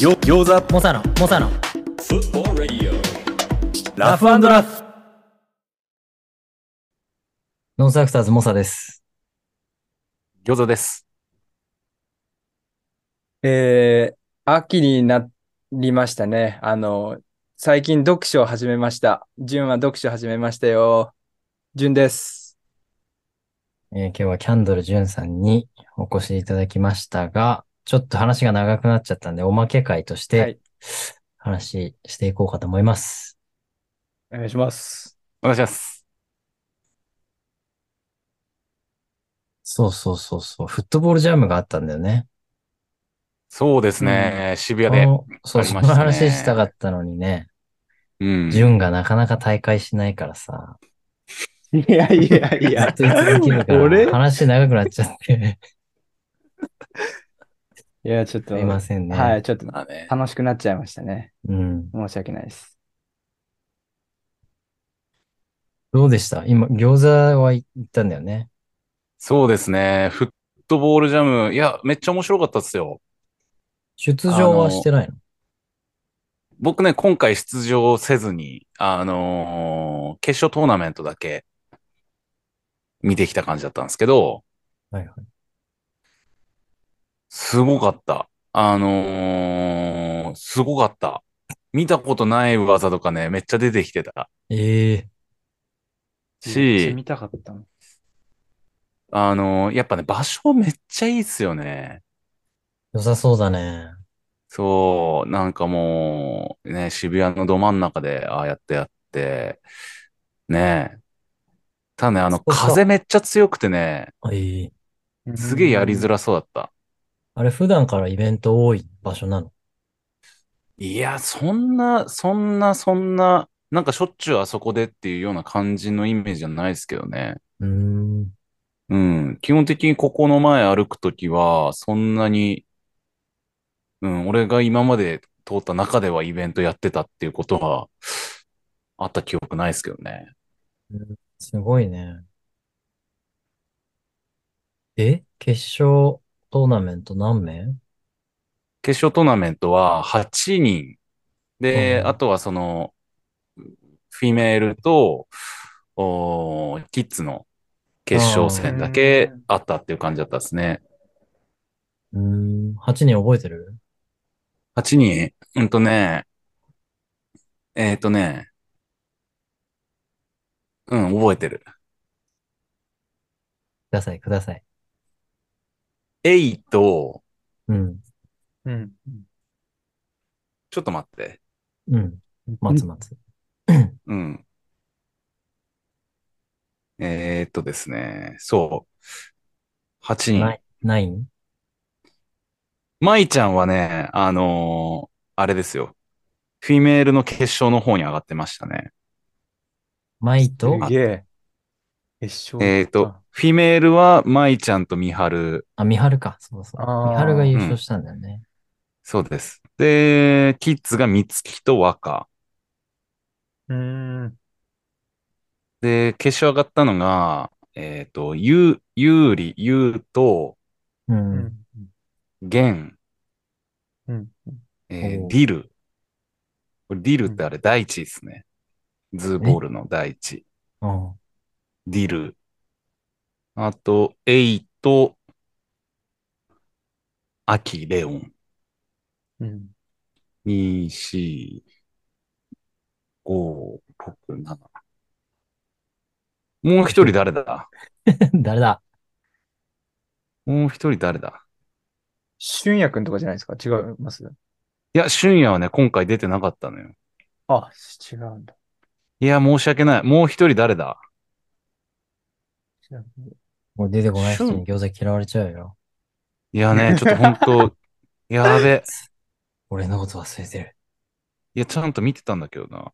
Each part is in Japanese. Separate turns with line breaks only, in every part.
よ餃子
モサノモサノ
Football Radio.
ラフラフ
ノンサクターズモサです。
餃子です。
えー、秋になりましたね。あの、最近読書を始めました。ジュンは読書を始めましたよ。ジュンです。
えー今日はキャンドルジュンさんにお越しいただきましたが、ちょっと話が長くなっちゃったんで、おまけ会とし
は
て
い
話していこうかと思います。
お願いします。
お願いします。
そうそうそうそう、フットボールジャムがあったんだよね。
そうですね。渋谷
あ
で。
のそう、
あり
そ
ま
の
したね
話したかったのにね、
うん。
ジュンがなかなか大会しないからさ、
いやいやい
ずっ
や
と言い続けるか
俺
ら、話長くなっちゃって、
いや、ちょっ
す
と、
いませんね。
はい、ちょっと
まあね。
楽しくなっちゃいましたね。
うん。
申し訳ないです。
どうでした今、餃子は行ったんだよね。
そうですね。フットボールジャム。いや、めっちゃ面白かったっすよ。
出場はしてないの
僕ね、今回出場せずに、あのー決勝トーナメントだけ見てきた感じだったんですけど、
はいはい。
すごかった。あのーすごかった。見たことない技とかね、めっちゃ出てきてた。
ええ
めっちゃ
し、
見たかったの。
あのーやっぱね、場所めっちゃいいっすよね。
良さそうだね。
そう、なんかもう、ね、渋谷のど真ん中で、ああやってやって、ねえ。ただね、あの、
そうそう
風めっちゃ強くてね、
あいい。
すげえやりづらそうだった。
あれ、普段からイベント多い場所なの
いや、そんな、そんな、そんな、なんかしょっちゅうあそこでっていうような感じのイメージじゃないですけどね。
うーん。
うん。基本的にここの前歩くときは、そんなに、うん、俺が今まで通った中ではイベントやってたっていうことは、あった記憶ないですけどね。
すごいね。え決勝トーナメント何名
決勝トーナメントは8人。で、
うん
あとはその、フィメールと、おーキッズの決勝戦だけあったっていう感じだったですね。
うーん。8人覚えてる
8人うんとね、えっ、ー、とね、うん、覚えてる。
ください、ください。
エイと、
うん。
うん。
ちょっと待って。
うん。待つ待つ。
うん。えー、っとですね、そう。8人。
ないないん
舞ちゃんはね、あのーあれですよ。フィメールの決勝の方に上がってましたね。
舞と、
すげえ。決勝。
えっ、と、フィメールは舞ちゃんと美春。
あ、みはるか。そうそう。
あー
みはるが優勝したんだよね。
そうです。で、キッズが美月と若。
うーん。
で、決勝上がったのが、えっ、と、ゆう、ゆうり、ゆうと、
う。
うんん。
げん、
うん。
えー
おう
ディル。これディルってあれ、第一ですね。ズーボールの第一。
うん。
ディル。あと、エイと、アキ、レオン。
うん。
2、4、5、6、7。もう一人誰だ
誰だ
もう一人誰だ
俊也くんとかじゃないですか違います
いや、俊也はね、今回出てなかったのよ。
あ、違うんだ。
いや、申し訳ない。もう一人誰だ
違う
もう出てこない人に餃子嫌われちゃうよ。
いやね、ちょっと本当やべ。
俺のこと忘れてる。
いや、ちゃんと見てたんだけどな。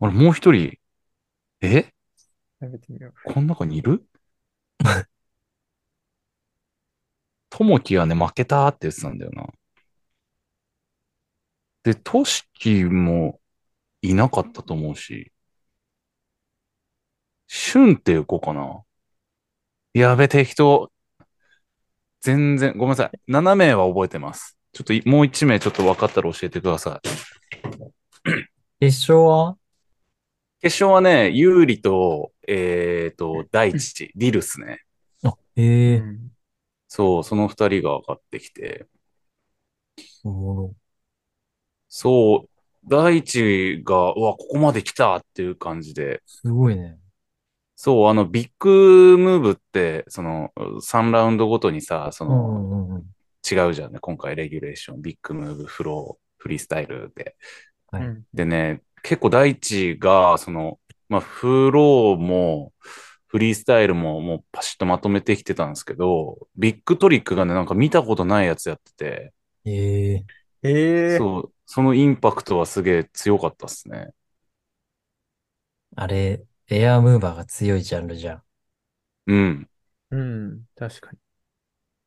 俺、もう一人、え
やめてみよう。
この中にいる ともきはね、負けたって言ってたんだよな。で、としきもいなかったと思うし、しゅんっていう子かな。やべ、適当。全然、ごめんなさい。7名は覚えてます。ちょっといもう一名ちょっと分かったら教えてください。
決勝は
決勝はね、ユーリと、えっ、と、大地、ディルスね。
あ、ええ
うん
そう、その二人が上がってきて。
おもろ
そう、大地が、うわ、ここまで来たっていう感じで。
すごいね。
そう、あの、ビッグムーブって、その、3ラウンドごとにさ、そ
うんう
の、
んうんうん。
違うじゃんね。今回、レギュレーション、ビッグムーブ、フロー、フリースタイルで。
はい
うん
でね、結構大地が、その、まあ、フローも、フリースタイルも、もうパシッとまとめてきてたんですけど、ビッグトリックがね、なんか見たことないやつやって
ええ
え
て、
え
そう、そのインパクトはすげえ強かったっすね。
あれ、エアームーバーが強いジャンルじゃん。
うん。
うん、確かに。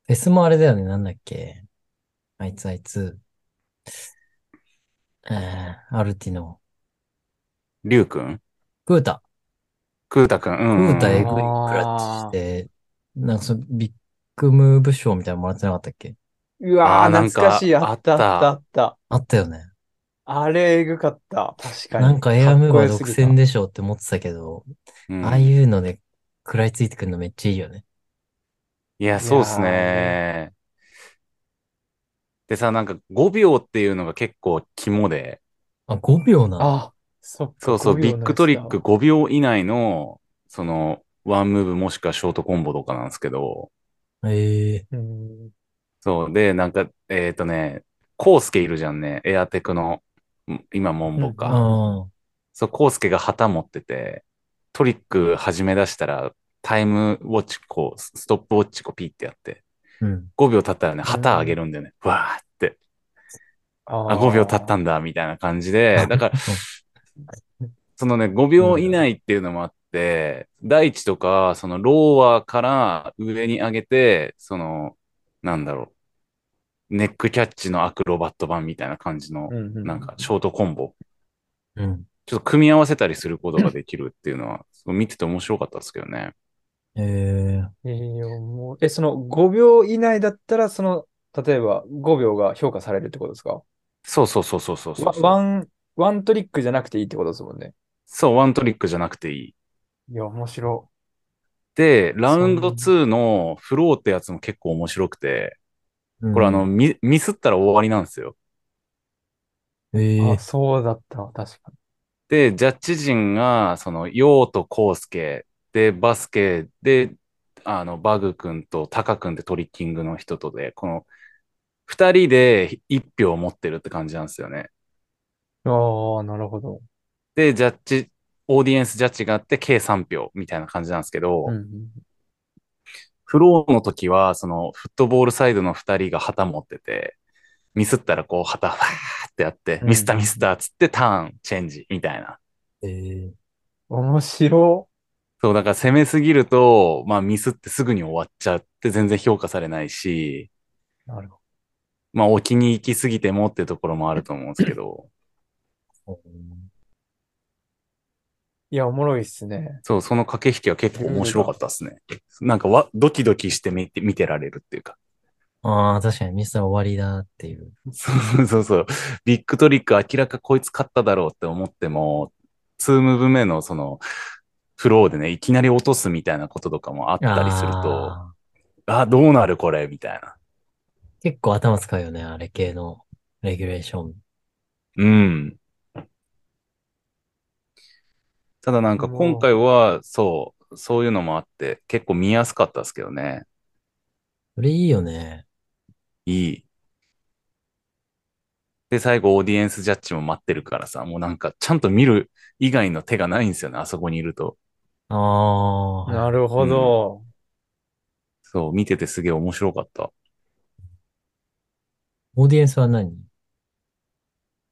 フェスもあれだよね、なんだっけ。あいつあいつ。ええアルティの。
リュウくん
クータ。
クータくん。
ク
うん。
ータエグい
あ
ク
ー
ラッチして、なんかそのビッグムーブ賞みたいなのもらってなかったっけ
うわ
あー
ー、
なんか
懐かしい。あった、
あった
あった、あった。
あったよね。
あれ、えぐかった。確かに。
なんかエアムーバー
かっこ
独
よすぎた
占でしょって思ってたけど、
うん
ああいうので食らいついてくるのめっちゃいいよね。
いや、そうっす
いや
ね。でさ、なんか5秒っていうのが結構肝で、
あ、5秒なの。
あ、そっか
そうそう、
5秒
ビッ
のやつだ
グトリック5秒以内の、その、ワンムーブもしくはショートコンボとかなんですけど、
ええ
うん
そう、で、なんか、えっとね、コウスケいるじゃんね、エアテクの、ん今、モンボ
あ
か。
あ、
そう、コウスケが旗持ってて、トリック始め出したら、タイムウォッチ、こう、スストップウォッチ、こう、ピッてやって、
うん。
5秒経ったらね、旗上げるんだよね、わーって。
あ
あ、5秒経った
だ。
んだ、みたいな感じで、だから、そのね、5秒以内っていうのもあって、大地とか、そのローアーから上に上げて、その、なんだろう、ネックキャッチのアクロバット版みたいな感じの、
うんう
なんか、ショートコンボ、
うん。
ちょっと組み合わせたりすることができるっていうのは、そう見てて面白かったですけどね。
ええ
えーもうえ、その5秒以内だったら、その、例えば5秒が評価されるってことですか
そうそうそうそうそうそう
わワン、ワントリックじゃなくていいってことですもんね。
そう、ワントリックじゃなくていい。
いや、面白
で、ラウンド
そう
2のフローってやつも結構面白くて、
うん
これあの、、ミミスったら終わりなんですよ。
え
い。
え
あ、そうだったわ、確か
で、ジャッジ陣が、その、ヨウとコウスケ、で、バスケ、で、あの、バグ君とタカ君ってトリッキングの人とで、この、二人で一票を持ってるって感じなんですよね。
に。ああ、なるほど。
で、ジャッジ、オーディエンスジャッジがあって、計3票みたいな感じなんですけど、
うんうん
フローの時は、その、フットボールサイドの二人が旗持ってて、ミスったらこう、旗、ファーってやって、
うん
ミスったミスったっつって、ターン、チェンジ、みたいな。
ええ
面白
そう、だから攻めすぎると、まあミスってすぐに終わっちゃって全然評価されないし、
い。なるほ
まあ置きに行きすぎてもってところもあると思うんですけど、
いや、おもろいっすね。
そう、その駆け引きは結構面白かったですね。なんかわ、ドキドキして見て、見てられるっていうか。
ああ、確かにミスは終わりだっていう。
そうそうそう。ビッグトリック明らかこいつ勝っただろうって思っても、2ムーブ目のその、フローでね、いきなり落とすみたいなこととかもあったりすると、
あ
あ、どうなるこれみたいな。
ー結構頭使うよね、あれ系のレギュレーション。
うん。ただなんか今回は、そう、そういうのもあって、結構見やすかったですけどね。
それいいよね。
いい。で、最後オーディエンスジャッジも待ってるからさ、もうなんかちゃんと見る以外の手がないんですよね、あそこにいると。
ああ、
なるほど。
そう、見ててすげえ面白かった。
オーディエンスは何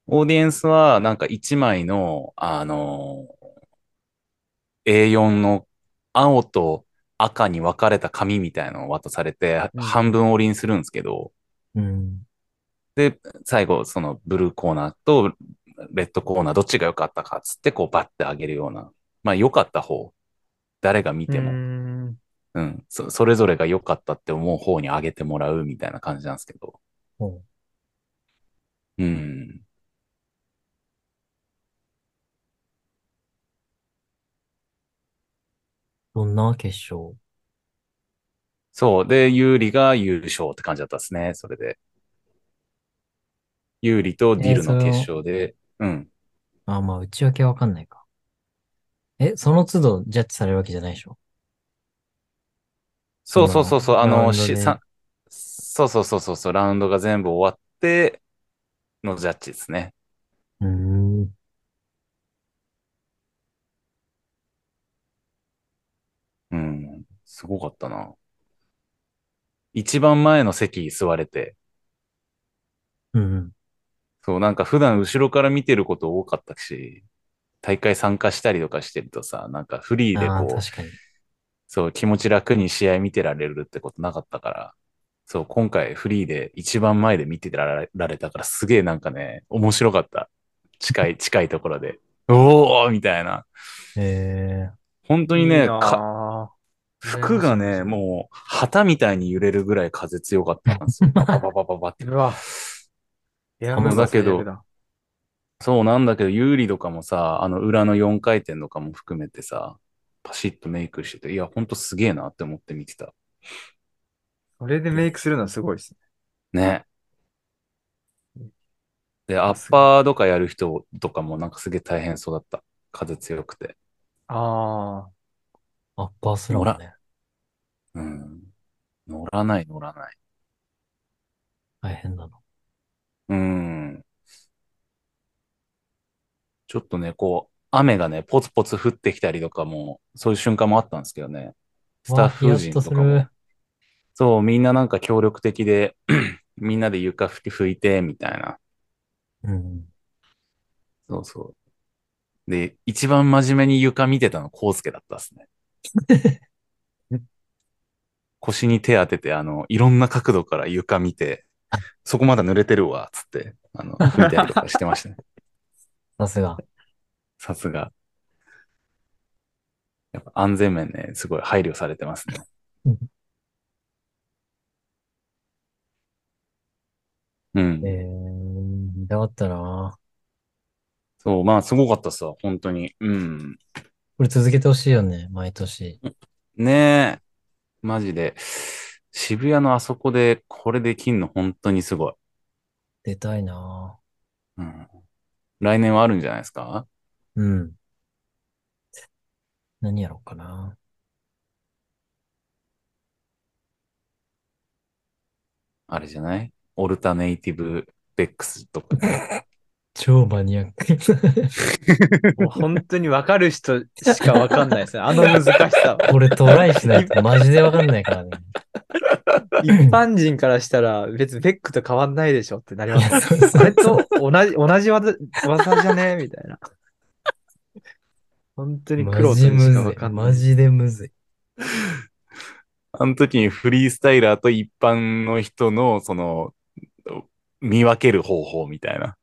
オーディエンスはなんか1枚の、あのー A4 の青と赤に分かれた紙みたいなのを渡されて、
うん
半分折りにするんですけど、
うん。
で、最後、そのブルーコーナーとレッドコーナー、どっちが良かったかっつって、こうバッてあげるような。まあ、良かった方。誰が見
うー
ても、
ん。
うんそ。それぞれが良かったって思う方にあげてもらうみたいな感じなんですけど。
ほ
うん。
どんな決勝
そう。で、有利が優勝って感じだったですね。それで。有利とディルの決勝で。うん。
あ、まあ、内訳わかんないか。え、その都度ジャッジされるわけじゃないでしょ
そうそうそうそう。
そ
あの、
のラウンド
し、
で
さ、そうそうそうそうそう。ラウンドが全部終わってのジャッジですね。
うーん。
うん。すごかったな。一番前の席座れて。
うんうん。
そう、なんか普段後ろから見てること多かったし、大会参加したりとかしてるとさ、なんかフリーで
ああ、
こう、
確かに。
そう、気持ち楽に試合見てられるってことなかったから、そう、今回フリーで一番前で見てられられたから、すげえなんかね、面白かった。近 い、近いところで。おーみたいな。
え
本当に
い
ね、
いな
か
あ
服がね、もう旗みたいに揺れるぐらい風強かったんです よ。パパパパパパって。
うわ。エア
あのだけど
マン
そうなんだけど、有利とかもさ、あの裏の4回転とかも含めてさ、パシッとメイクしてて、いや、ほんとすげえなって思って見てた。
それでメイクするのはすごいですね。
ね。で、アッパーとかやる人とかもなんかすげえ大変そうだった。風強くて。
ああ。
アッパースラムね。
うん。乗らない、乗らない。
大変だな。
うん。ちょっとね、こう、雨がね、ポツポツ降ってきたりとかも、そういう瞬間もあったんですけどね。スタッフ
わあヒ
陣
ヤッと
と
す
か
る
も。そう、みんななんか協力的で、 みんなで床拭き拭いて、みたいな。
うん。
そうそう。で、一番真面目に床見てたの、コウスケだったっす ね。腰に手当てて、あの、いろんな角度から床見て、そこまだ濡れてるわ、つって、あの、拭いたりとかしてましたね。
さすが。
さすが。やっぱ安全面ね、すごい配慮されてますね
うん。
うん
え。ー、見たかったな。
そう、まあ、すごかったっすわ、本当に。うん。
これ続けてほしいよね、毎年。
ねえ。マジで。渋谷のあそこで、これできんの、本当にすごい。
出たいな。
うん。来年はあるんじゃないですか
うん。何やろうかな。
あれじゃないオルタネイティブベックスとか。
超マニアック。
もう本当に分かる人しか分かんないですね。あの難し さは。
俺トライしないとマジでわかんないからね。
一般人からしたら別にベックと変わんないでしょってなりますね。
そうそう
あ れと同じ、同じ技、技じゃねえみたいな。本当に苦労
マ
する
ジ
人しか
むず
分か
い。
んな
マ
い。
ジでむずい。
あの時にフリースタイラーと一般の人の、その、見分ける方法みたいな。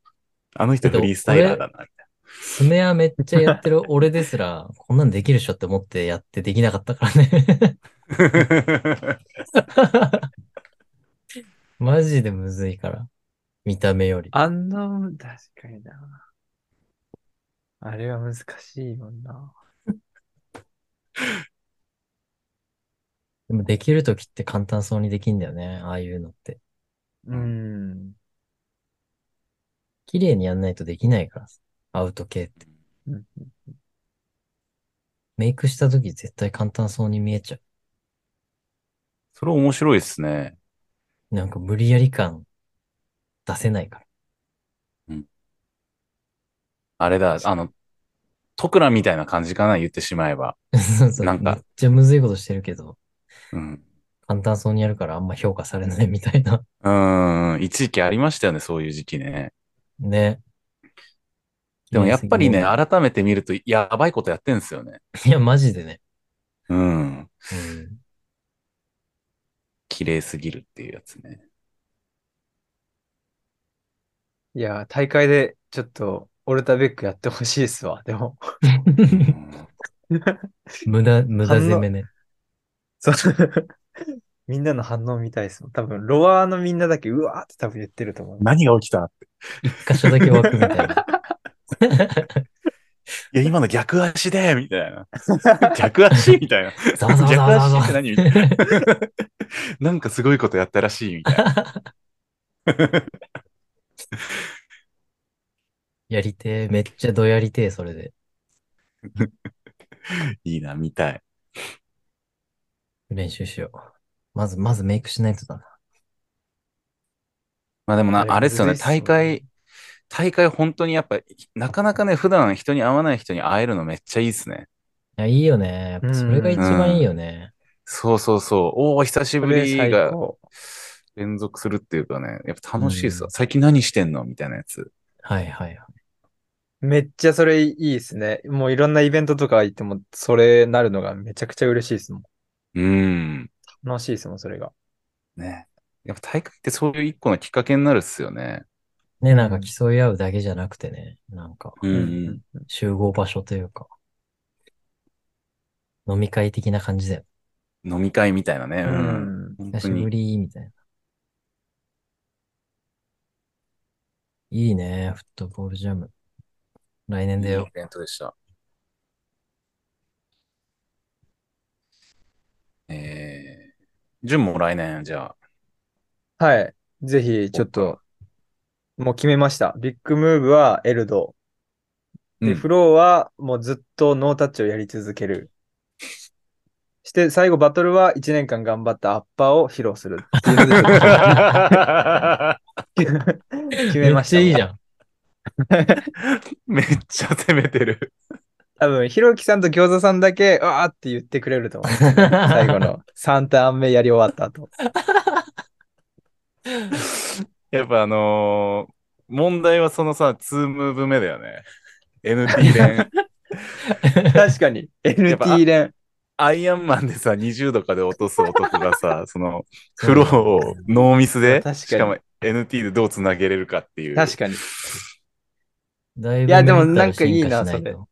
あの人フリースタイラーだな、みたい
スメアめっちゃやってる俺ですら、こんなんできるっしょって思ってやってできなかったからね。
な。
マジでむずいから。見た目より。
あんなもん、確かにな。あれは難しいもんな。
でもできるときって簡単そうにできんだよね。ああいうのって。
うん。
綺麗にやんないとできないからさ。アウト系って。
うん
メイクしたとき絶対簡単そうに見えちゃ
それ面白いですね。
う。なんか無理やり感出せないから。
あれだ、あの、トクラみたいな感じかな、言ってしまえば。
そうそう
なんか
めっちゃむずいことしてるけど、
うん。
簡単そうにやるからあんま評価されないみたいな。
うーん、一時期ありましたよね、そういう時期ね。
ね。
でもやっぱりね、
あ
改めて見ると、やばいことやってんすよね。
いや、マジでね。
うん。
うん。
綺麗すぎるっていうやつね。
いや、大会でちょっとオルタベックやってほしいっすわ。でも、
うん
無駄、無駄攻めね。
そのみんなの反応見たいっすもん。多分、ロアのみんなだけ、うわーって多分言ってると思う。
何が起きたって。
一箇所だけ湧くみた いな。
いや、今の逆足で、みたい な。逆足みたいな。
ざわざわざわざわざ
逆
わ。
足って何みたいな。 なんかすごいことやったらしい、みたいな。
やりてえ、めっちゃどやりてえ、それで。
いいな、見たい。
練習しよう。まず、まずメイクしないとだな。
まあでもな、
あれ
あれですよね、
むずいっすよね
大会、大会本当にやっぱ、なかなかね、普段人に会わない人に会えるのめっちゃいいですね。
いや、いいよね。やっぱそれが一番いいよね。
そうそうそう。おお、久しぶり
それ最
が
高
連続するっていうかね、やっぱ楽しいですわ。
うん
最近何してんのみたいなやつ。
はいはいはい。
めっちゃそれいいですね。もういろんなイベントとか行っても、それなるのがめちゃくちゃ嬉しいですもん。
うん。
楽しいですもん、それが。
ね。やっぱ大会ってそういう一個のきっかけになるっすよね。
ね、なんか競い合うだけじゃなくてね、なんか
うん
うん
集合場所というか、飲み会的な感じだよ。
飲み会みたいなね。う。
うんん。
本
久
当
しぶ
に。
り、みたいな。いいね、フットボールジャム。来年だ
いいイ
よ。
ベントでした。えー、ジュンも来年、じゃあ。
はい。ぜひ、ちょっと、もう決めました。ビッグムーブはエルド。
う
で、
ん
フローはもうずっとノータッチをやり続ける。して、最後バトルは1年間頑張ったアッパーを披露するっていうのでちょっと 決め
め
ま
っ
した。
ちゃいいじゃん。
めっちゃ攻めてる。
多分、ひろきさんと餃子さんだけ、わーって言ってくれると思う。最 後の3ターン目やり終わった後。
やっぱあのー問題はそのさ、2ムーブ目だよね。NT 連。
確かに、
やっぱ
NT 連。
アイアンマンでさ、20度かで落とす男がさ、その、フローをノーミスで、
確かに
しかも NT でどうつなげれるかっていう。
確かに。
だいぶ
いやでも
メンタル
なんかいい
進化
な
し
それ
と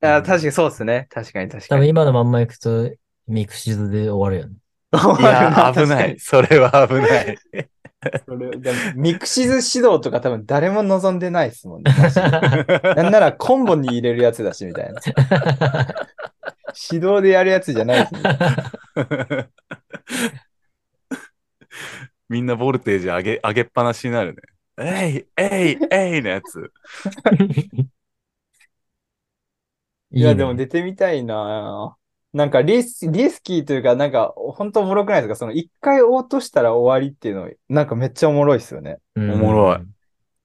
あ確かにそうですね。確かに確
多
か
分
に。
今のまんま行くと、ミクシズで終わるよね。
いや、危ない。それは危ない。
それでもミクシズ指導とか多分誰も望んでないですもんね。 マジでなんならコンボに入れるやつだしみたいな。指導でやるやつじゃないですね。
みんなボルテージ上げ、上げっぱなしになるね。えい、えい、えいのやつ。
いや、
ね
でも出てみたいななんかリス、リスキーというか、なんか、本当おもろくないですかその一回落としたら終わりっていうの、なんかめっちゃおもろいですよね。
うん
おもろい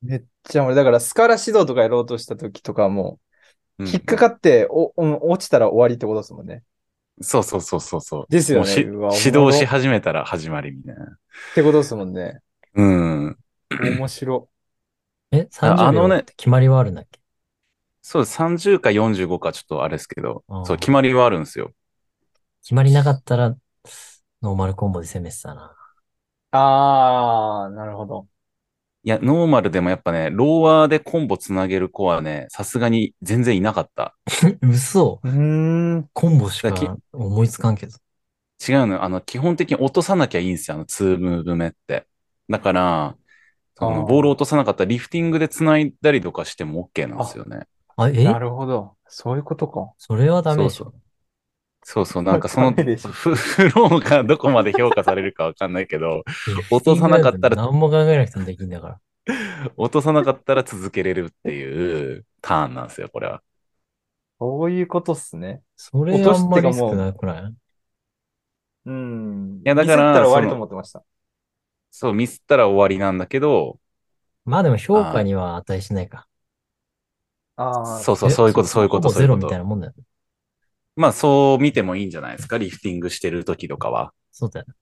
めっちゃおもろい。だから、スカラ指導とかやろうとした時とかも、
うん
引っかかってお、お落ちたら終わりってことですもんね。
そうそうそうそうそう。
です
も
よね
うし
うわおもろ
指導し始めたら始まりみたいな。
ってことですも んね。
うん。
面白。
え、
あ
30
あの
秒
ね
って決まりはあるんだっけ
そうです。30か45かちょっとあれですけど
あー、
そう、決まりはあるんですよ。
決まりなかったら、ノーマルコンボで攻めてたな。
あー、なるほど。
いや、ノーマルでもやっぱね、ローワーでコンボつなげる子はね、さすがに全然いなかった。
嘘
うーん。
コンボしか
だき
思いつかんけど。
違うのよ。あの、基本的に落とさなきゃいいんですよ。あの、2ムーブ目って。だから、そ
あー
のボール落とさなかったらリフティングでつないだりとかしても OK なんですよね。
あ、え
なるほど。そういうことか。
それはダメでし
そ
ょ。
そうそう、なんかその、
ダメでしょ
フ フローがどこまで評価されるかわかんないけど、落とさなかったら
何も考えなくてもできんだから。
落とさなかったら続けれるっていうターンなんですよ、これは。
そういうことっすね。
それ
落と
あ
すっ
ん
て
ま
か
り少
もう
なくない
うん。
いやだから
ミスったら終わり
その
と思ってました。
そう、ミスったら終わりなんだけど、
まあでも評価には値しないか。
ああ、
そうそう、
え
そういうこと、そういうこと、
ほぼ
そうい
ゼ
う
ロ
こ
みたい
と。
なもんだよ。
まあ、そう見てもいいんじゃないですか、リフティングしてる時とかは。
そうだよね。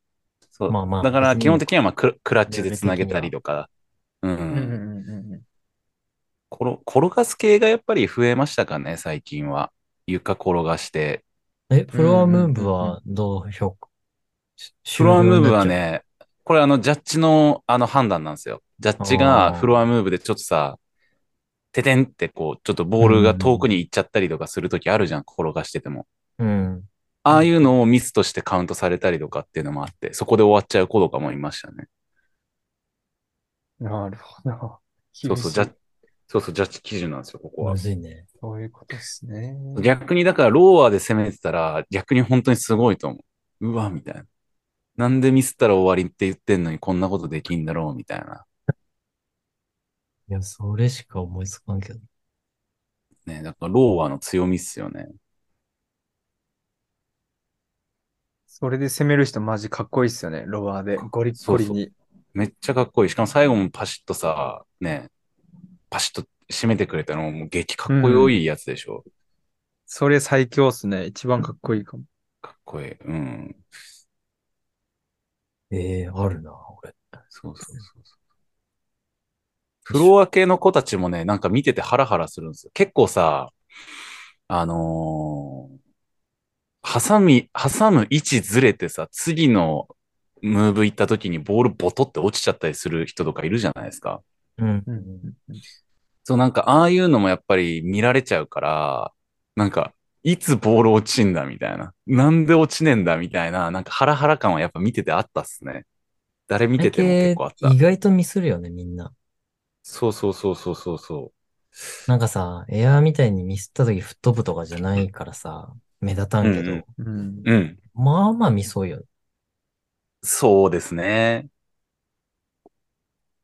そう。
まあまあ
だから、基本的には、まあク、クラッチでつなげたりとか、う
うんうん
ん。
うんうんうん。
転転がす系がやっぱり増えましたかね、最近は。床転がして。
え、フロアムーブ
うんうんうん
はどう評価し
フロアムーブは、ね、これあの、ジャッジのあの判断なんですよ。ジャッジ
あ
が
ー
フロアムーブでちょっとさ、ててんってこう、ちょっとボールが遠くに行っちゃったりとかするときあるじゃん、転がしてても。
終了になっちゃううん。
ああいうのをミスとしてカウントされたりとかっていうのもあって、そこで終わっちゃう子とかもいましたね。
なるほど。
そうそう、ジャッジ、そうそう、ジャッジ基準なんですよ、ここは
む。ずいね。
そういうことですね。
逆にだからローアーで攻めてたら逆に本当にすごいと思う。うわ、みたいな。なんでミスったら終わりって言ってんのにこんなことできんだろうみたいな。
いや、それしか思いつかんけど。
ね、だからローアーの強みっすよね。
それで攻める人マジかっこいいっすよね。ロワーで。ゴリッゴリに。
めっちゃかっこいい。しかも最後もパシッとさ、ね、パシッと締めてくれたのもう激かっこよいやつでしょ。
それ最強っすね。一番かっこいいかも。
かっこいい。うん。
ええあるな、俺。
そうそうそうそう。フロア系の子たちもね、なんか見ててハラハラするんですよ。結構さ、あのー、挟み、挟む位置ずれてさ、次のムーブ行った時にボールボトって落ちちゃったりする人とかいるじゃないですか。
うん。
うん
そう、なんかああいうのもやっぱり見られちゃうから、なんか、いつボール落ちんだみたいな。なんで落ちねえんだみたいな、なんかハラハラ感はやっぱ見ててあったっすね。誰見てても結構あった
体型。意外とミスるよね、みんな。
そうそうそうそうそうそう。
なんかさ、エアーみたいにミスった時吹っ飛ぶとかじゃないからさ、目立たんけど、
うん
うん
うん。
まあまあミス多いよね。
そうですね。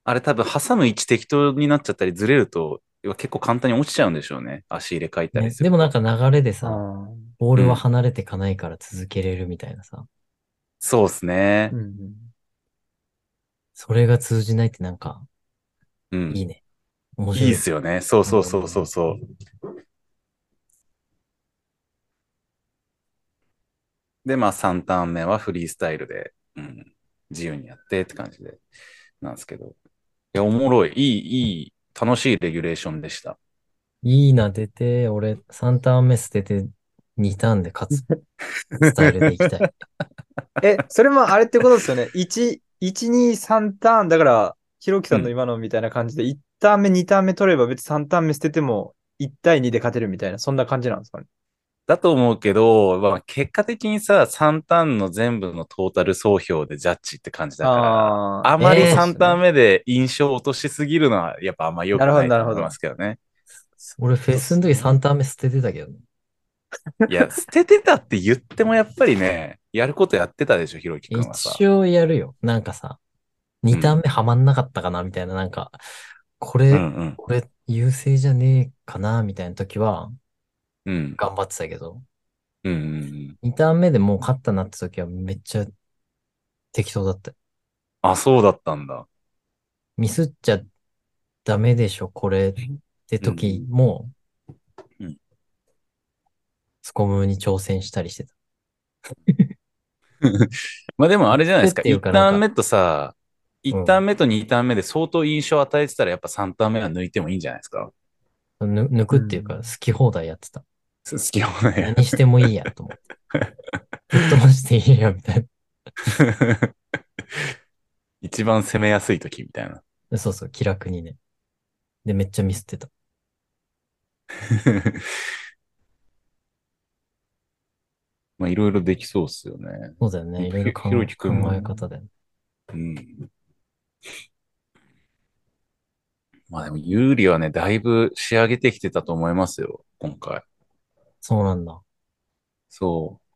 あれ多分挟む位置適当になっちゃったりずれると結構簡単に落ちちゃうんでしょうね。足入れ替えた
ね
りする。
でもなんか流れでさ、
あ
ボールは離れてかないから続けれるみたいなさ、
そうです
ー
ね
う。ん
それが通じないってなんか、
うん。
いいね。面
い
白
い
い。
っすよね。そうそうそうそうそう。で、まあ3ターン目はフリースタイルで、うん、自由にやってって感じで、なんですけど。いや、おもろい。いい、いい、楽しいレギュレーションでした。
いいな、出て、俺3ターン目捨てて2ターンで勝つスタイルで いきたい。
え、それもあれってことですよね。1、1、2、3ターン。だから、ひろきさんの今のみたいな感じで、1ターン目、2ターン目取れば別に3ターン目捨てても、1対2で勝てるみたいな、そんな感じなんですかね。
だと思うけど、まあ、結果的にさ、3ターンの全部のトータル総評でジャッジって感じだから、
あ
あまり
ええ
3ターン目で印象を落としすぎるのは、やっぱあんま良くないと思いますけどね。
俺フェスの時3ターン目捨ててたけどね。
いや、捨ててたって言ってもやっぱりね、やることやってたでしょ、ひろきくんはさ。
一応やるよ。なんかさ、2ターン目はまんなかったかな、みたいな、なんか、これ、
うんうん。
これ優勢じゃねえかな、みたいな時は
うん。
頑張ってたけど、
うんうん。
2ターン目でもう勝ったなって時はめっちゃ適当だったよ。
あ、そうだったんだ。
ミスっちゃダメでしょ、これって時も
うん、
スコムに挑戦したりしてた。
まあでもあれじゃないですか、
ってい
1
う
タ
かなんか
ーン目とさ、1ターン目と2ターン目で相当印象を与えてたら、やっぱ3ターン目は抜いてもいいんじゃないですか。
ぬ抜くっていうか、好き放題やっ てた。
好きよね。
何してもいいや、と 思って。吹っ飛ばしていいよ、みたいな。
一番攻めやすい時みたいな。
でそうそう、気楽にね。で、めっちゃミスってた。
まあいろいろできそうっすよね。
そうだよね。いろいろ考
ひろきくんも
考え方だよね。
うん。まあでも有利はね、だいぶ仕上げてきてたと思いますよ、今回。
そうなんだ。
そう。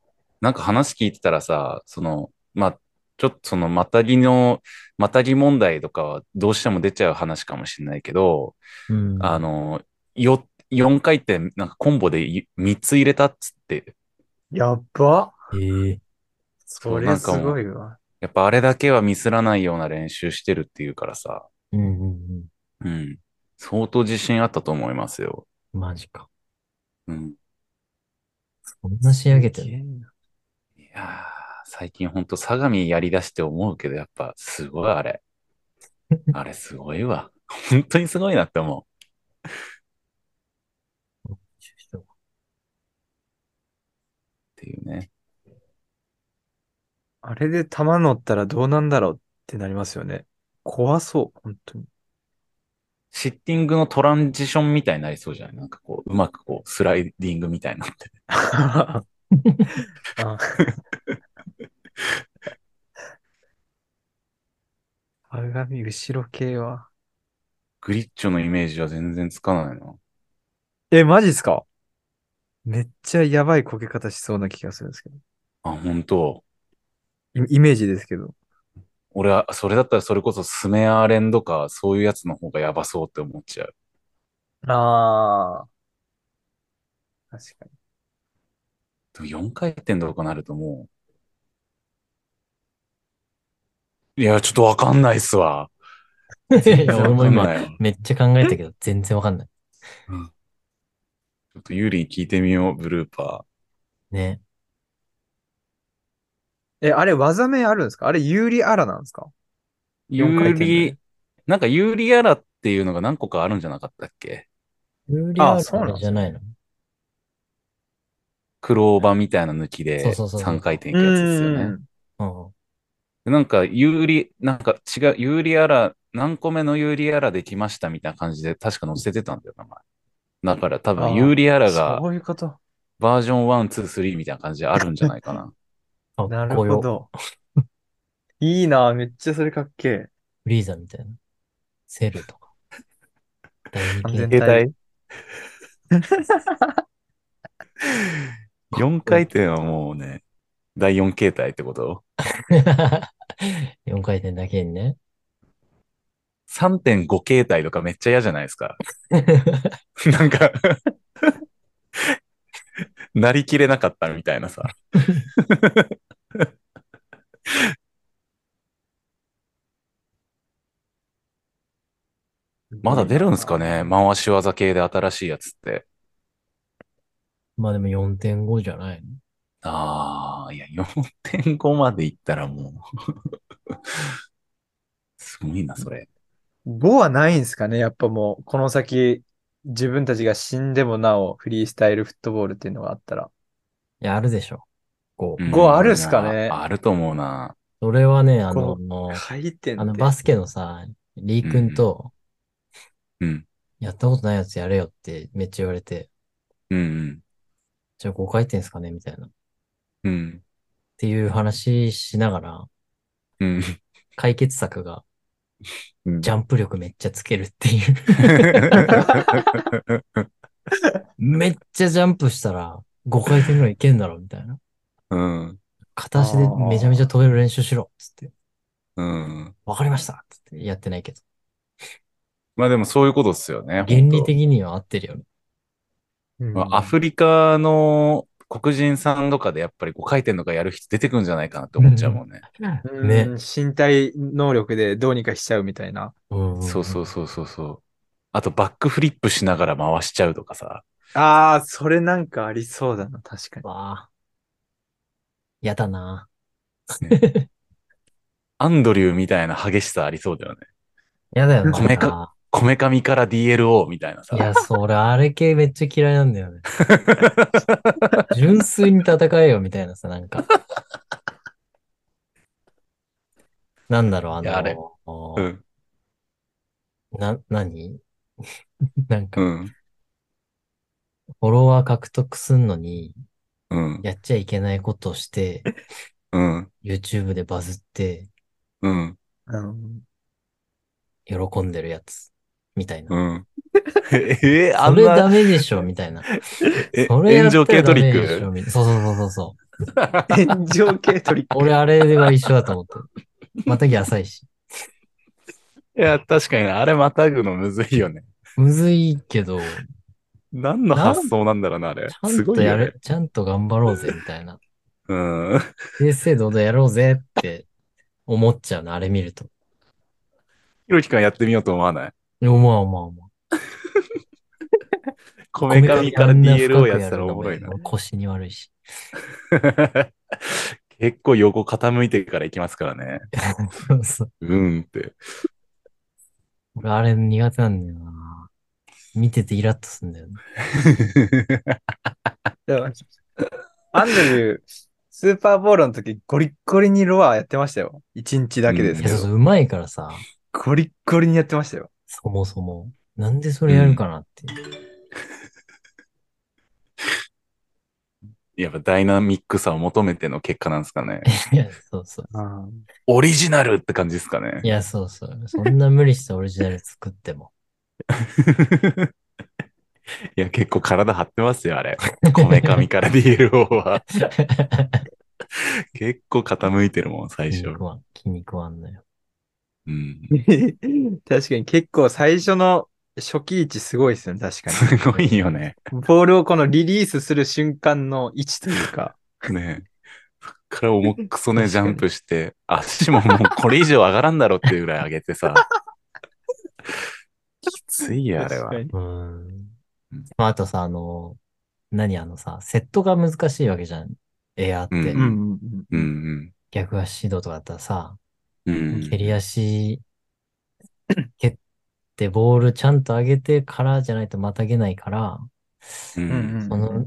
なんか話聞いてたらさ、その、まあ、ちょっとその、またぎの、またぎ問題とかはどうしても出ちゃう話かもしれないけど、
うん。
あの、よ、4回転、なんかコンボで3つ入れたっつって、
やっば。
ええ
そ
な
れ
ん
す
かもう
ごいわ。
やっぱあれだけはミスらないような練習してるっていうからさ、
うんうん
うん。相当自信あったと思いますよ。
うん。マジか。
うん。
こんな仕上げてる。
いやー、最近ほんと相模やりだして思うけど、やっぱすごいあ れ。あれすごいわ。本当にすごいなって思う。っていうね。
あれで球乗ったらどうなんだろうってなりますよね。怖そう、本当に。
シッティングのトランジションみたいになりそうじゃないなんかこう、うまくこう、スライディングみたいになって。
あ 鏡後ろ系は。
グリッチョのイメージは全然つかないな。
え、マジっすかめっちゃやばいこけ方しそうな気がするんですけ
あ、本当
ど。イイメージですけど。
俺は、それだったらそれこそスメアーレンとか、そういうやつの方がやばそうって思っちゃう。
ああ。確かに。
でも4回転とかなるともう。いや、ちょっとわかんないっすわ。
いや、俺も
わかん
今、
ない
めっちゃ考えたけど、全然わかんない。
ちょっとユーリー聞いてみよう、ブルーパ
ね。
え、あれ、技名あるんですかあれ、ユーリアラなんですか
ー。ユ
四回
ー
転だね
リー、なんかユーリアラっていうのが何個かあるんじゃなかったっけ
有利ある
そうなん
あれじゃないの
クローバーみたいな抜きで
そうそうそうそう
3回転いくやつですよね。
うん
うん。
でなんか、有利、なんか違う、有利やら、何個目の有利やらできましたみたいな感じで、確か載せてたんだよな、前。だから多
あー
分、有利やらが
そういうこと。
バージョン1、2、3みたいな感じであるんじゃないか な。
かっ
なる
こ
ほ
よ。
ど。いいなめっちゃそれかっけえ。
フリーザみたいな。セルと か。第二
完
形
全
態
体携
4回転はもうね、第4形態ってこと
4回転だけにね。
?3.5 形態とかめっちゃ嫌じゃないですか。 なんか、なりきれなかったみたいなさ。まだ出るんですかね回し技系で新しいやつって。
まあでも4.5じゃないの
ああ、いや、4.5までいったらもう。 すごいな、それ。
5はないんすかねやっぱもう、この先、自分たちが死んでもなおフリースタイルフットボールっていうのがあったら。
いや、あるでしょ。こう。
うん
5あるっすかね
ああると思うな。
それはね、あの、
こ
もう
回転
あの
って
バスケのさ、リー君と、
うん。
やったことないやつやれよってめっちゃ言われて、
うんうん。
じゃあ5回転ですかねみたいな。っ
うん。
ていう話しながら、
うん。
解決策が
うん
ジャンプ力めっちゃつけるっていう。めっちゃジャンプしたら5回転ぐらいいけんだろみたいな。
うん。
片足でめちゃめちゃ止める練習しろっつって。
うん。
わかりましたっつってやってないけど。
まあでもそういうことっすよね。
原理
本
的には合ってるよね。
うん
当。まあアフリカの黒人さんとかでやっぱり5回転とかやる人出てくんじゃないかなって思っちゃうもんね。
うん
ね。
身体能力でどうにかしちゃうみたいな。
うん。
そうそううそうそうそう。あとバックフリップしながら回しちゃうとかさ。
ああ、それなんかありそうだな、確かに。
わあ。やだな。
アンドリューみたいな激しさありそうだよね。
やだよな。
米かこめかみから DLO みたいないさ。
や、それ、あれ系めっちゃ嫌いなん だよね。純粋に戦えよ、みたいなさ、なんか。なんだろう、あ
いやあれ
の、
うん。
な、何 なんか、
う
フ
ん。
ォロワー獲得すんのに、
うん。
やっちゃいけないことをして、
うん。
YouTube でバズって、
うん。
うん、
喜んでるやつ、みたいな。
うん。 え、あ
そ
ん
れダ
な、
メでしょ、みたいな。
え
それや
炎上
った
系
ら
ト
ダ
リ
メ
ッ
でし
ク
ょ、みたいなそうそうそうそうそう。
炎上系トリック。
俺、あれでは一緒だと思ってる。またぎ浅いし。
いや、確かにあれまたぐのむずいよね。
むずいけど、ち
何の発想なんだろうな、あれ。
ゃ
す
ん
ご
と
い
や
よね
れ、。ちゃんと頑張ろうぜ、みたいな。
うん。
正々堂々やろうぜって思っちゃうな、あれ見ると。
ひろきくんやってみようと思わない
思う思う思う。
こめかみから
あんな深
DLO
く
やっ
る
てたら
の
お
も
もろいな。
腰に悪いし。
結構横傾いてから行きますからね。
そうそう
うんって。
俺、あれ苦手なんだよな。見ててイラッとすんだよね。
でもアンドリュー、スーパーボールの時、ゴリッゴリにロアやってましたよ。一日だけです
い
け
や、
ど、
そうそう、うまいからさ、
ゴリッゴリにやってましたよ。
そもそも。なんでそれやるかなって。
やっぱダイナミックさを求めての結果なんですかね。
いや、そうそう。
オリジナルって感じですかね
い。や、そうそう。そんな無理してオリジナル作っても。
いや、結構体張ってますよ、あれ。こめか みから DLO は。 結構傾いてるもん、最
筋
初。
肉ワン、筋肉ワンだよ。
うん。
確かに結構最初の初期位置すごいですよね、確か
すごいよね。
に。ボールをこのリリースする瞬間の位置というか。
ねえ。そっから重くそね、ジャンプして、足ももうこれ以上上がらんだろっていうぐらい上げてさ。 きつ いよ、あれは。
確
うー
かに
ん
うん。
まあ、あとさ、あの、何あのさ、セットが難しいわけじゃん。エアーって。
うん
うんうんう
う
ん。
ん
逆足指導とかだったらさ、
うん。うん。
蹴り足、蹴ってボールちゃんと上げてからじゃないとまたげないから、
う
うん
ん。
うん
その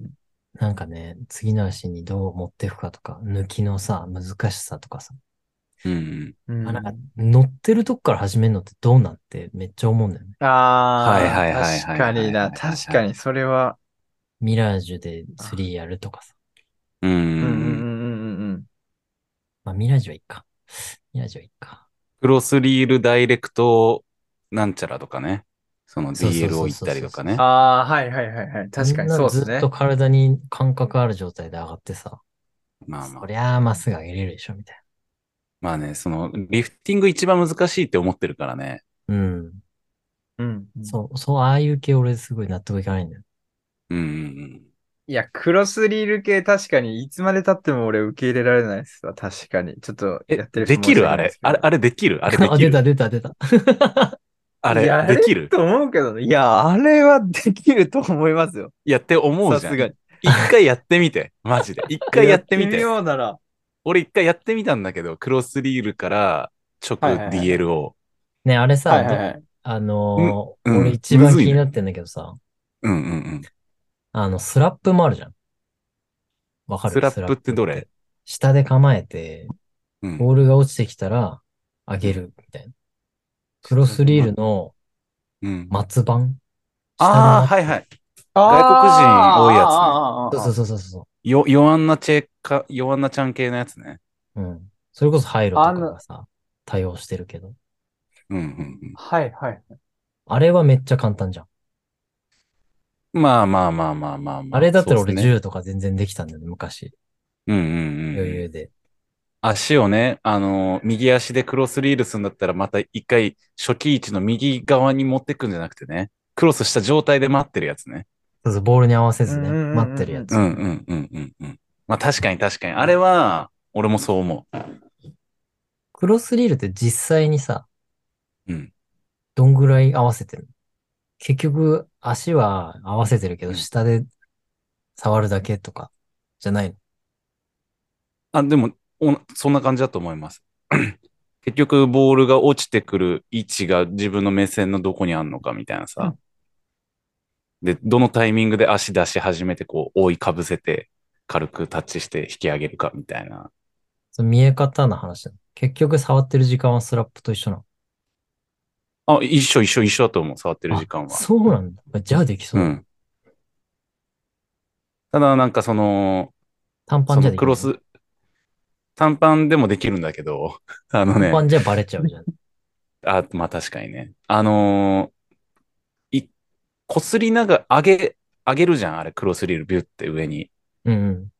なんかね、次の足にどう持っていくかとか、抜きのさ、難しさとかさ、
うん。
うん
あなんか乗ってるとこから始めるのってどうなんってめっちゃ思うんだよね。
あー
はいはいはいはいはい
確かにな、確かに、それは。
ミラージュで3やるとかさ。
う
うんうんうん
ん。
うんうん。
まあミラージュはいいか。ミラージュはいいか。
クロスリールダイレクトなんちゃらとかね。その
そうそうそうそ
DL
う
を言ったりとかね。
ああ、はいはいはいはい。確かに
みん
そう
な
です
ずっ
ね
と。体に感覚ある状態で上がってさ、
まあま
そ
あ。
りゃあまっすぐ上げれるでしょ、みたい
まあね、その、リフティング一番難しいって思ってるからね。
な。うん。
うん。
そう、そう、ああいう系俺すごい納得いかないんだよ。
うんうん
いや、クロスリール系確かにいつまで経っても俺受け入れられないですわ。確かに。ちょっと
うん。
やっ
え、
てる
できるあれ。あれ、あ
れ、
れできるあれで
あ、
き
出
る
た出た出た。
あ
いや
れできる
と思うけどね。いや、あれはできると思いますよ。
やって思う
さ
じゃ
す
ん。
が
一
に。
回やってみて。マ ジで。一回やってみ
や
て。
ようなら。
俺一回やってみたんだけど、クロスリールから直
はいはいはい
DL を。
ね、あれさ、
はいはいはい。
あのー
うんうん
俺一番
むずい
気
ね
になってんだけどさ、
うんうんうん。
あの、スラップもあるじゃん。わかる
スラップってどれ
下で構えて、
うん
ボールが落ちてきたら、上げる、みたいな。クロスリールの
うん。
松板
ああ、
下の
はいはい。
あー
外国人多いやつね
あーあーあー
そうそうそうそうそ
よ、ヨアンナチェか、ヨアンナちゃん系のやつね。
う。うん。それこそハイロとか
あの
がさ、対応してるけど。
うんうん
はいはい。
あれはめっちゃ簡単じゃん。
うん。まあまあまあまあまあまあ。
あれだったら俺
そうっすね
10とか全然できたんだよね、昔。
うんうんうん
余
うん。
裕で。
足をね、あのー、右足でクロスリールするんだったら、また一回、初期位置の右側に持ってくんじゃなくてね、クロスした状態で待ってるやつね。
そうそう、ボールに合わせずね、
うんうんうんうん
待ってるやつ
う。んうんうんうんうん。まあ確かに確かに。あれは、俺もそう思
クロスリールって実際にさ、
う。うん。
どんぐらい合わせてるの結局、足は合わせてるけど、
うん
下で触るだけとか、じゃないの
あ、でも、おそんな感じだと思います。 結局、ボールが落ちてくる位置が自分の目線のどこにあんのかみたいなさ。で、どのタイミングで足出し始めて、こう、覆いかぶせて、軽くタッチして引き上げるかみたいな。
その見え方の話なの。結局、触ってる時間はスラップと一緒なの。
あ、一緒一緒一緒だと思う、触ってる時間は。
そうなんだ。じゃあできそうう。
ん。ただ、なんかその、
短パ
そ
ンじゃ
の
でき
ク
ない
ロス、短パンでもできるんだけど、 あのね
短、パンじゃバレちゃ うじゃん。
あ、まあ確かにね。あのーい、こすりながら、上げ、上げるじゃん、あれ、クロスリールビュって上に。
うんうん。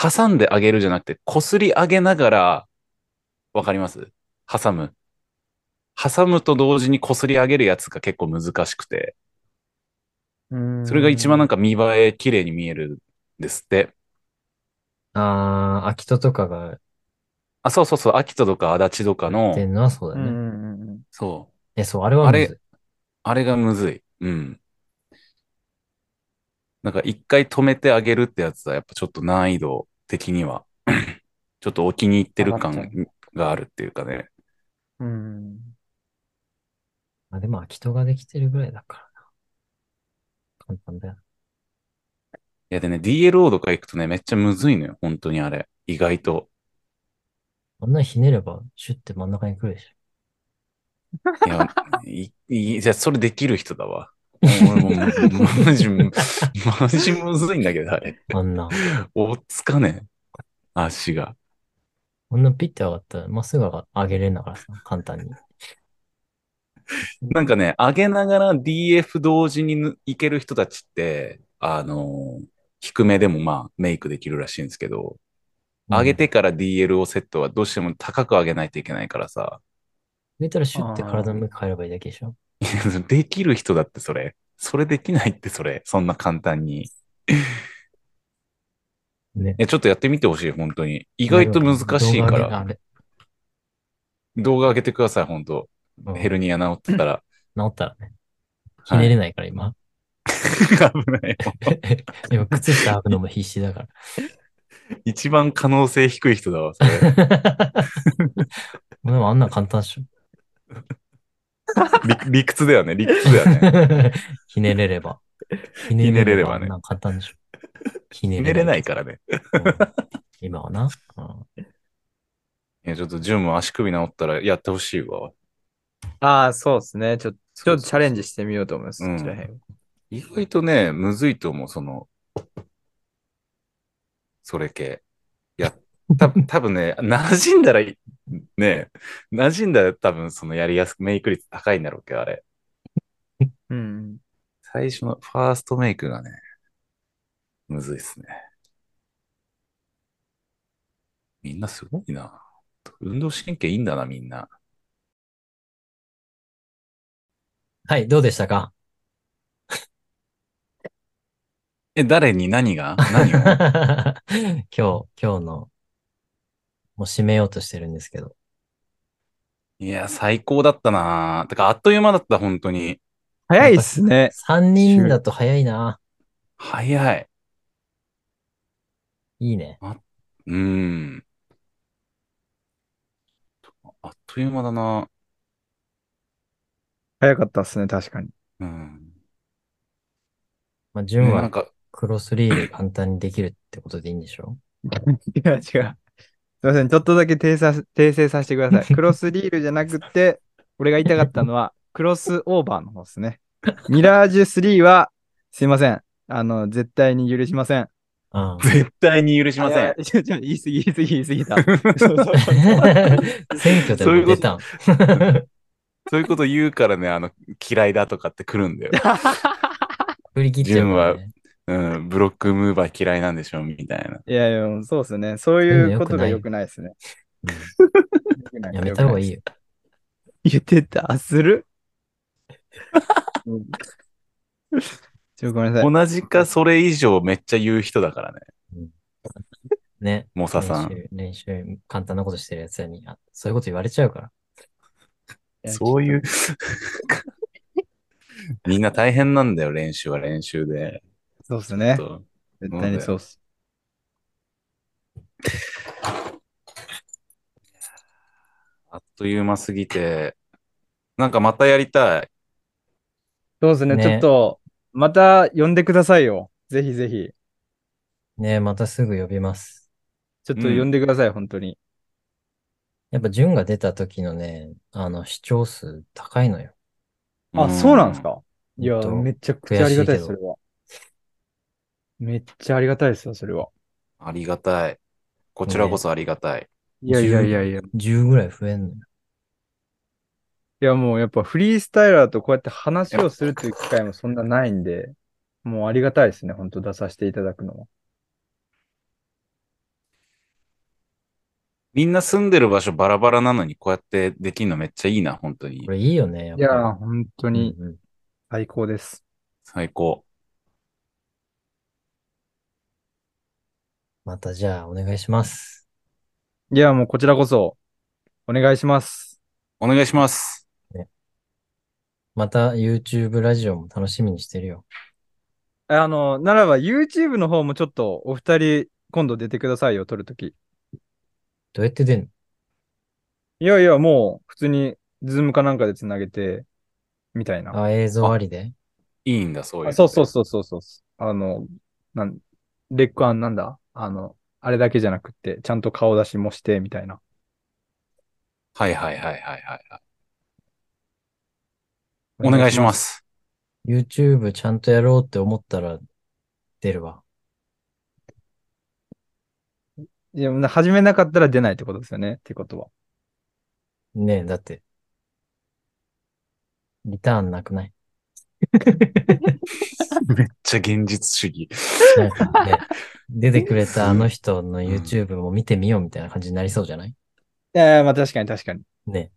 挟んで上げるじゃなくて、こすり上げながら、わかります挟む。挟むと同時にこすり上げるやつが結構難しくて。それが一番なん
か。
か見栄え綺麗に見えるんですって。
あー、秋人とかが
あ、そうそうそう、秋田とか足立とか
やっ
の
て、んのはそう
う
だ
んう
よね。
んうんうん。
そう、
え、そう、あれはむずい
あれあれがむずい。うん。なんか一回止めてあげるってやつは、やっぱちょっと難易度的には、 ちょっとお気に入ってる
上がっ
感があるっていうかね。
うん
まあでも、秋人ができてるぐらいだからな。簡単だよ。
いやでね、DLO とか行くとね、めっちゃむずいのよ、本当にあれ。意外と。
あんなひねれば、シュッて真ん中に来るでしょ。
いや、いいじゃあそれできる人だわ。俺もう、 マジ、マジむずいんだけど、あれ。
あんな。
追っつかねえ。足が。
こんなピッて上がったら、まっすぐ上が上げれんだからさ、簡単に。
なんかね、上げながら DF 同時にぬいける人たちって、あのー低めでもまあメイクできるらしいんですけど、上げてから DL をセットはどうしても高く上げないといけないからさ、
入れたらシュッて体の向き変えればいいだけでしょ。
できる人だってそれ。それできないってそれ。そんな簡単に。
ね。
え、ちょっとやってみてほしい、本当に。意外と難しいから。動画
動画
上
上げる
げてください、本当
あれ、
ヘルニア治ってたら。
うん治ったらね。ひねれないから今。
危ないよ。
今、靴下履くのも必死だか
一番可能性低い人だわ、それ。
ら。 でもあんなん簡単っしょ。
理理屈だよね、理屈だよ ね。
ひねれれば。ひ
ねれればね
あんなん簡単でしょ。ひね
決めれないからね。
うん今はな。うん
いや、ちょっとジム足首治ったらやってほしいわ。
ああ、そうですね。ちょち
そ
ょ
う
っとチャレンジしてみようと思います。
うん
こちらへん
意外とね、むずいと思う、その、それ系。いや、た多分ね、馴染んだらいい、ね、馴染んだら多分そのやりやすく、メイク率高いんだろうけど、あれ。
うん。
最初のファーストメイクがね、むずいっすね。みんなすごいな。運動神経いいんだな、みんな。
はい、どうでしたか
え、誰に何が 何を
今日、今日の、もう締めようとしてるんですけど。
いや、最高だったなてか、あっという間だった、本当に。
早いっ すね。
3人だと早いな。
早い。
いいね。
うん。あっという間だな。
早かったっすね、確かに。
うん。
まあ、順
なん
は
か、
黒スリーで簡単にできるってことでいいんでしょ
いや、違う。すいません、ちょっとだけ訂正訂正させてく ださい。クロスリールじゃなくて、俺が言いたかったのは、クロスオーバーの方ですね。ミラージュ3は、すいません。あの、絶対に許しません。
うん。
絶対に許しませ
い
ん
や。ちょちょ言い過ぎ、言い過ぎ、言い過ぎた。そうそう そう
選挙でも出たん。
そういうこと言うからね、あの、嫌いだとかって来るんだよ。
振り切っちゃうからね。
うん、ブロックムーバー嫌いなんでしょ、みたいな。
いやいや、そうですね。そういうことが良くないですね。良くな
やめた方がいい
良く
よ。
な言ってた、あするうんちょ、ごめんなさい。
同じか、それ以上めっちゃ言う人だからね、
ね。
モサさん。
練習、練習簡単なことしてるやつらに、あそういうこと言われちゃうから。
そう いう。みんな大変なんだよ、練習は練習で。
そうですね。
そう
絶対にそうっす。
あっという間すぎて、なんかまたやりたい。
そうですね。
ね
ちょっと、また呼んでくださいよ。ぜひぜひ。
ねまたすぐ呼びます。
ちょっと呼んでください、本当に。
やっぱ順が出た時のね、あの、視聴数高いのよ。
あ、そうなんですかいや
ほん、と
めちゃくちゃありがたいです、そ
悔しいけ
れは。めっちゃありがたいですよ、それは。
ありがたい。こちらこそありがたい。
いやいやいやいや。い
10ぐらい増えんのよ。
や、もうやっぱフリースタイラーとこうやって話をするっていう機会もそんなないんで、もうありがたいですね、本当出させていただくのは。
みんな住んでる場所バラバラなのに、こうやってできるのめっちゃいいな、本当に
こ。れいいよね、やっ
い
ぱり。
や、本当に
うんうん
最高です。
最高。
またじゃあお願いします。
いや、もうこちらこそ、お願いします。
お願いします。
また YouTube ラジオも楽しみにしてるよ。
あの、ならば YouTube の方もちょっとお二人今度出てくださいよ、撮るとき。
どうやって出んの
いやいや、もう普通にズームかなんかでつなげて、みたいな。
あ、映像ありで
いいんだ、そういうの。
あそうそうそうそうそう。あの、なん、レックアンなんだあの、あれだけじゃなくって、ちゃんと顔出しもして、みたいな。。
はいはいはいはいはいはい。お願いしますす。
?YouTube ちゃんとやろうって思ったら出るわ。
いや、始めなかったら出ないってことですよね、ってことは。
ねえ、だって。リターンなくない
めっちゃ現実主義。
なんか ね出てくれたあの人の YouTube も見てみようみたいな感じになりそうじゃない
えー、まあ確かに確かに。
ね。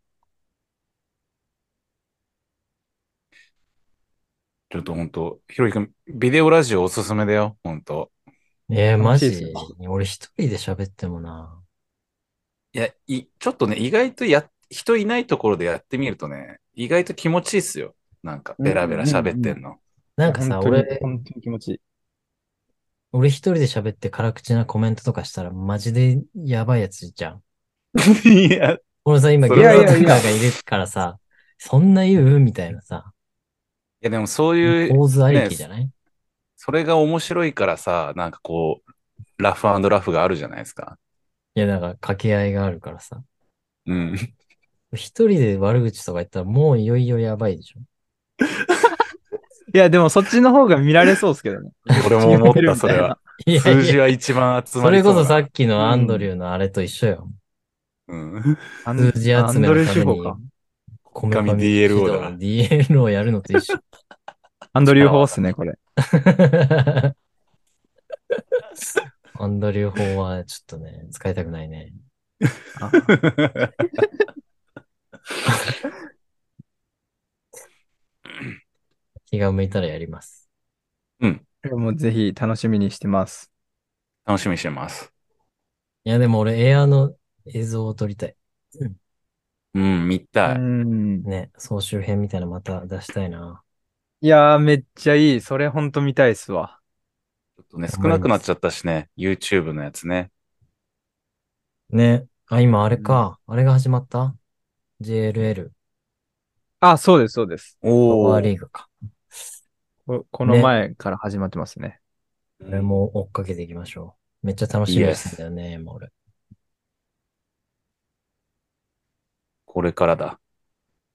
ちょっと本当ひろゆきくん、ビデオラジオおすすめだよ、本当
えー、マ
楽しいです
ジ
よ
俺一人で喋ってもな。
いや、い、ちょっとね、意外とや、人いないところでやってみるとね、意外と気持ちいいっすよ。なんか、ベラベラ喋ってんの。
なんかさ、
本当に
俺、
本当に気持ちいい。
俺一人で喋って辛口なコメントとかしたらマジでやばいやつじゃん。
いや、
俺さ、今、
そ
ゲ
れ
ー
は
ムとかがいるからさ、そんな言うみたいなさ、
いやでもそういう、
構図ありきじゃない
それが面白いからさ、なんかこう、ラフラフがあるじゃないですか。
いや、なんか掛け合いがあるからさ。
うん。
一人で悪口とか言ったらもういよいよやばいでしょ。
いや、でもそっちの方が見られそうですけどね。
俺も思った、それは。
いや
数
い
字
や、
は一番集ま
そ
り
れ
そう
こ
な
そさっきのアンドリューのあれと一緒よ。
うん。
アン
数字集めのた
アンドレ
め
ュ手法
に
か。、
コ
神 DLO だな
DL をやるの と一緒。
アンドリュー法っすね、これ。
アンドリュー法はちょっとね、使いたくないね。気が向いたらやります。
もうぜひ楽しみにしてます。
楽しみにしてます。
いや、でも俺エアの映像を撮りたい。
うん、見
う
たい。
ん。
ね、総集編みたいなのまた出したいな。
いやー、めっちゃいい。それほんと見たいっすわ。
ちょっとね、少なくなっちゃったしね、YouTube のやつね。
ね。あ、今あれか。あれが始まった ?JLL。
あ、そうです、そうです。
ロ
お
バー
ー。
リーグか。
ここの前から始まってますね。
これも追っかけていきましょう。めっちゃ楽しみですんだよね、もう俺。
これからだ。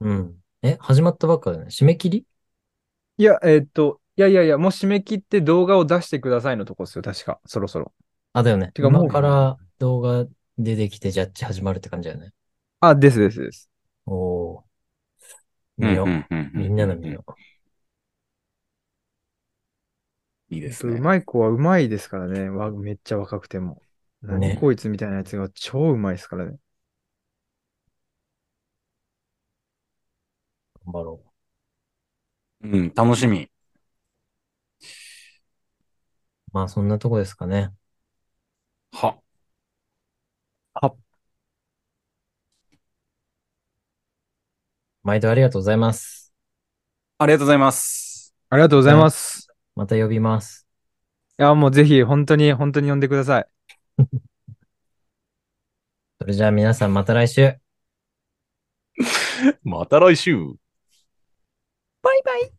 うん。え、始まったばっかだね。締め切り
いや、えーっと、いやいやいや、もう締め切って動画を出してくださいのとこっすよ、確か。そろそろ。
あ、だよね。
てかもう
今から動画出てきてジャッジ始まるって感じだよね。
あ、ですですです。
おおー。
うん
見よ
う
う。
んうんうん
みんなの見よう。
いいです
う
ね。
まい子はうまいですからね。わめっちゃ若くても。
ね
何こいつみたいなやつが超うまいですからね。
頑張ろ
うん、楽しみ。
う。まあ、そんなとこですかね。
は。
毎度ありがとうございます。
ありがとうござい ます。
ありがとうございます。
また呼びます。
いや、もうぜひ、本当に、本当に呼んでください。
それじゃあ皆さんまた来週。
また来週。
バイバイ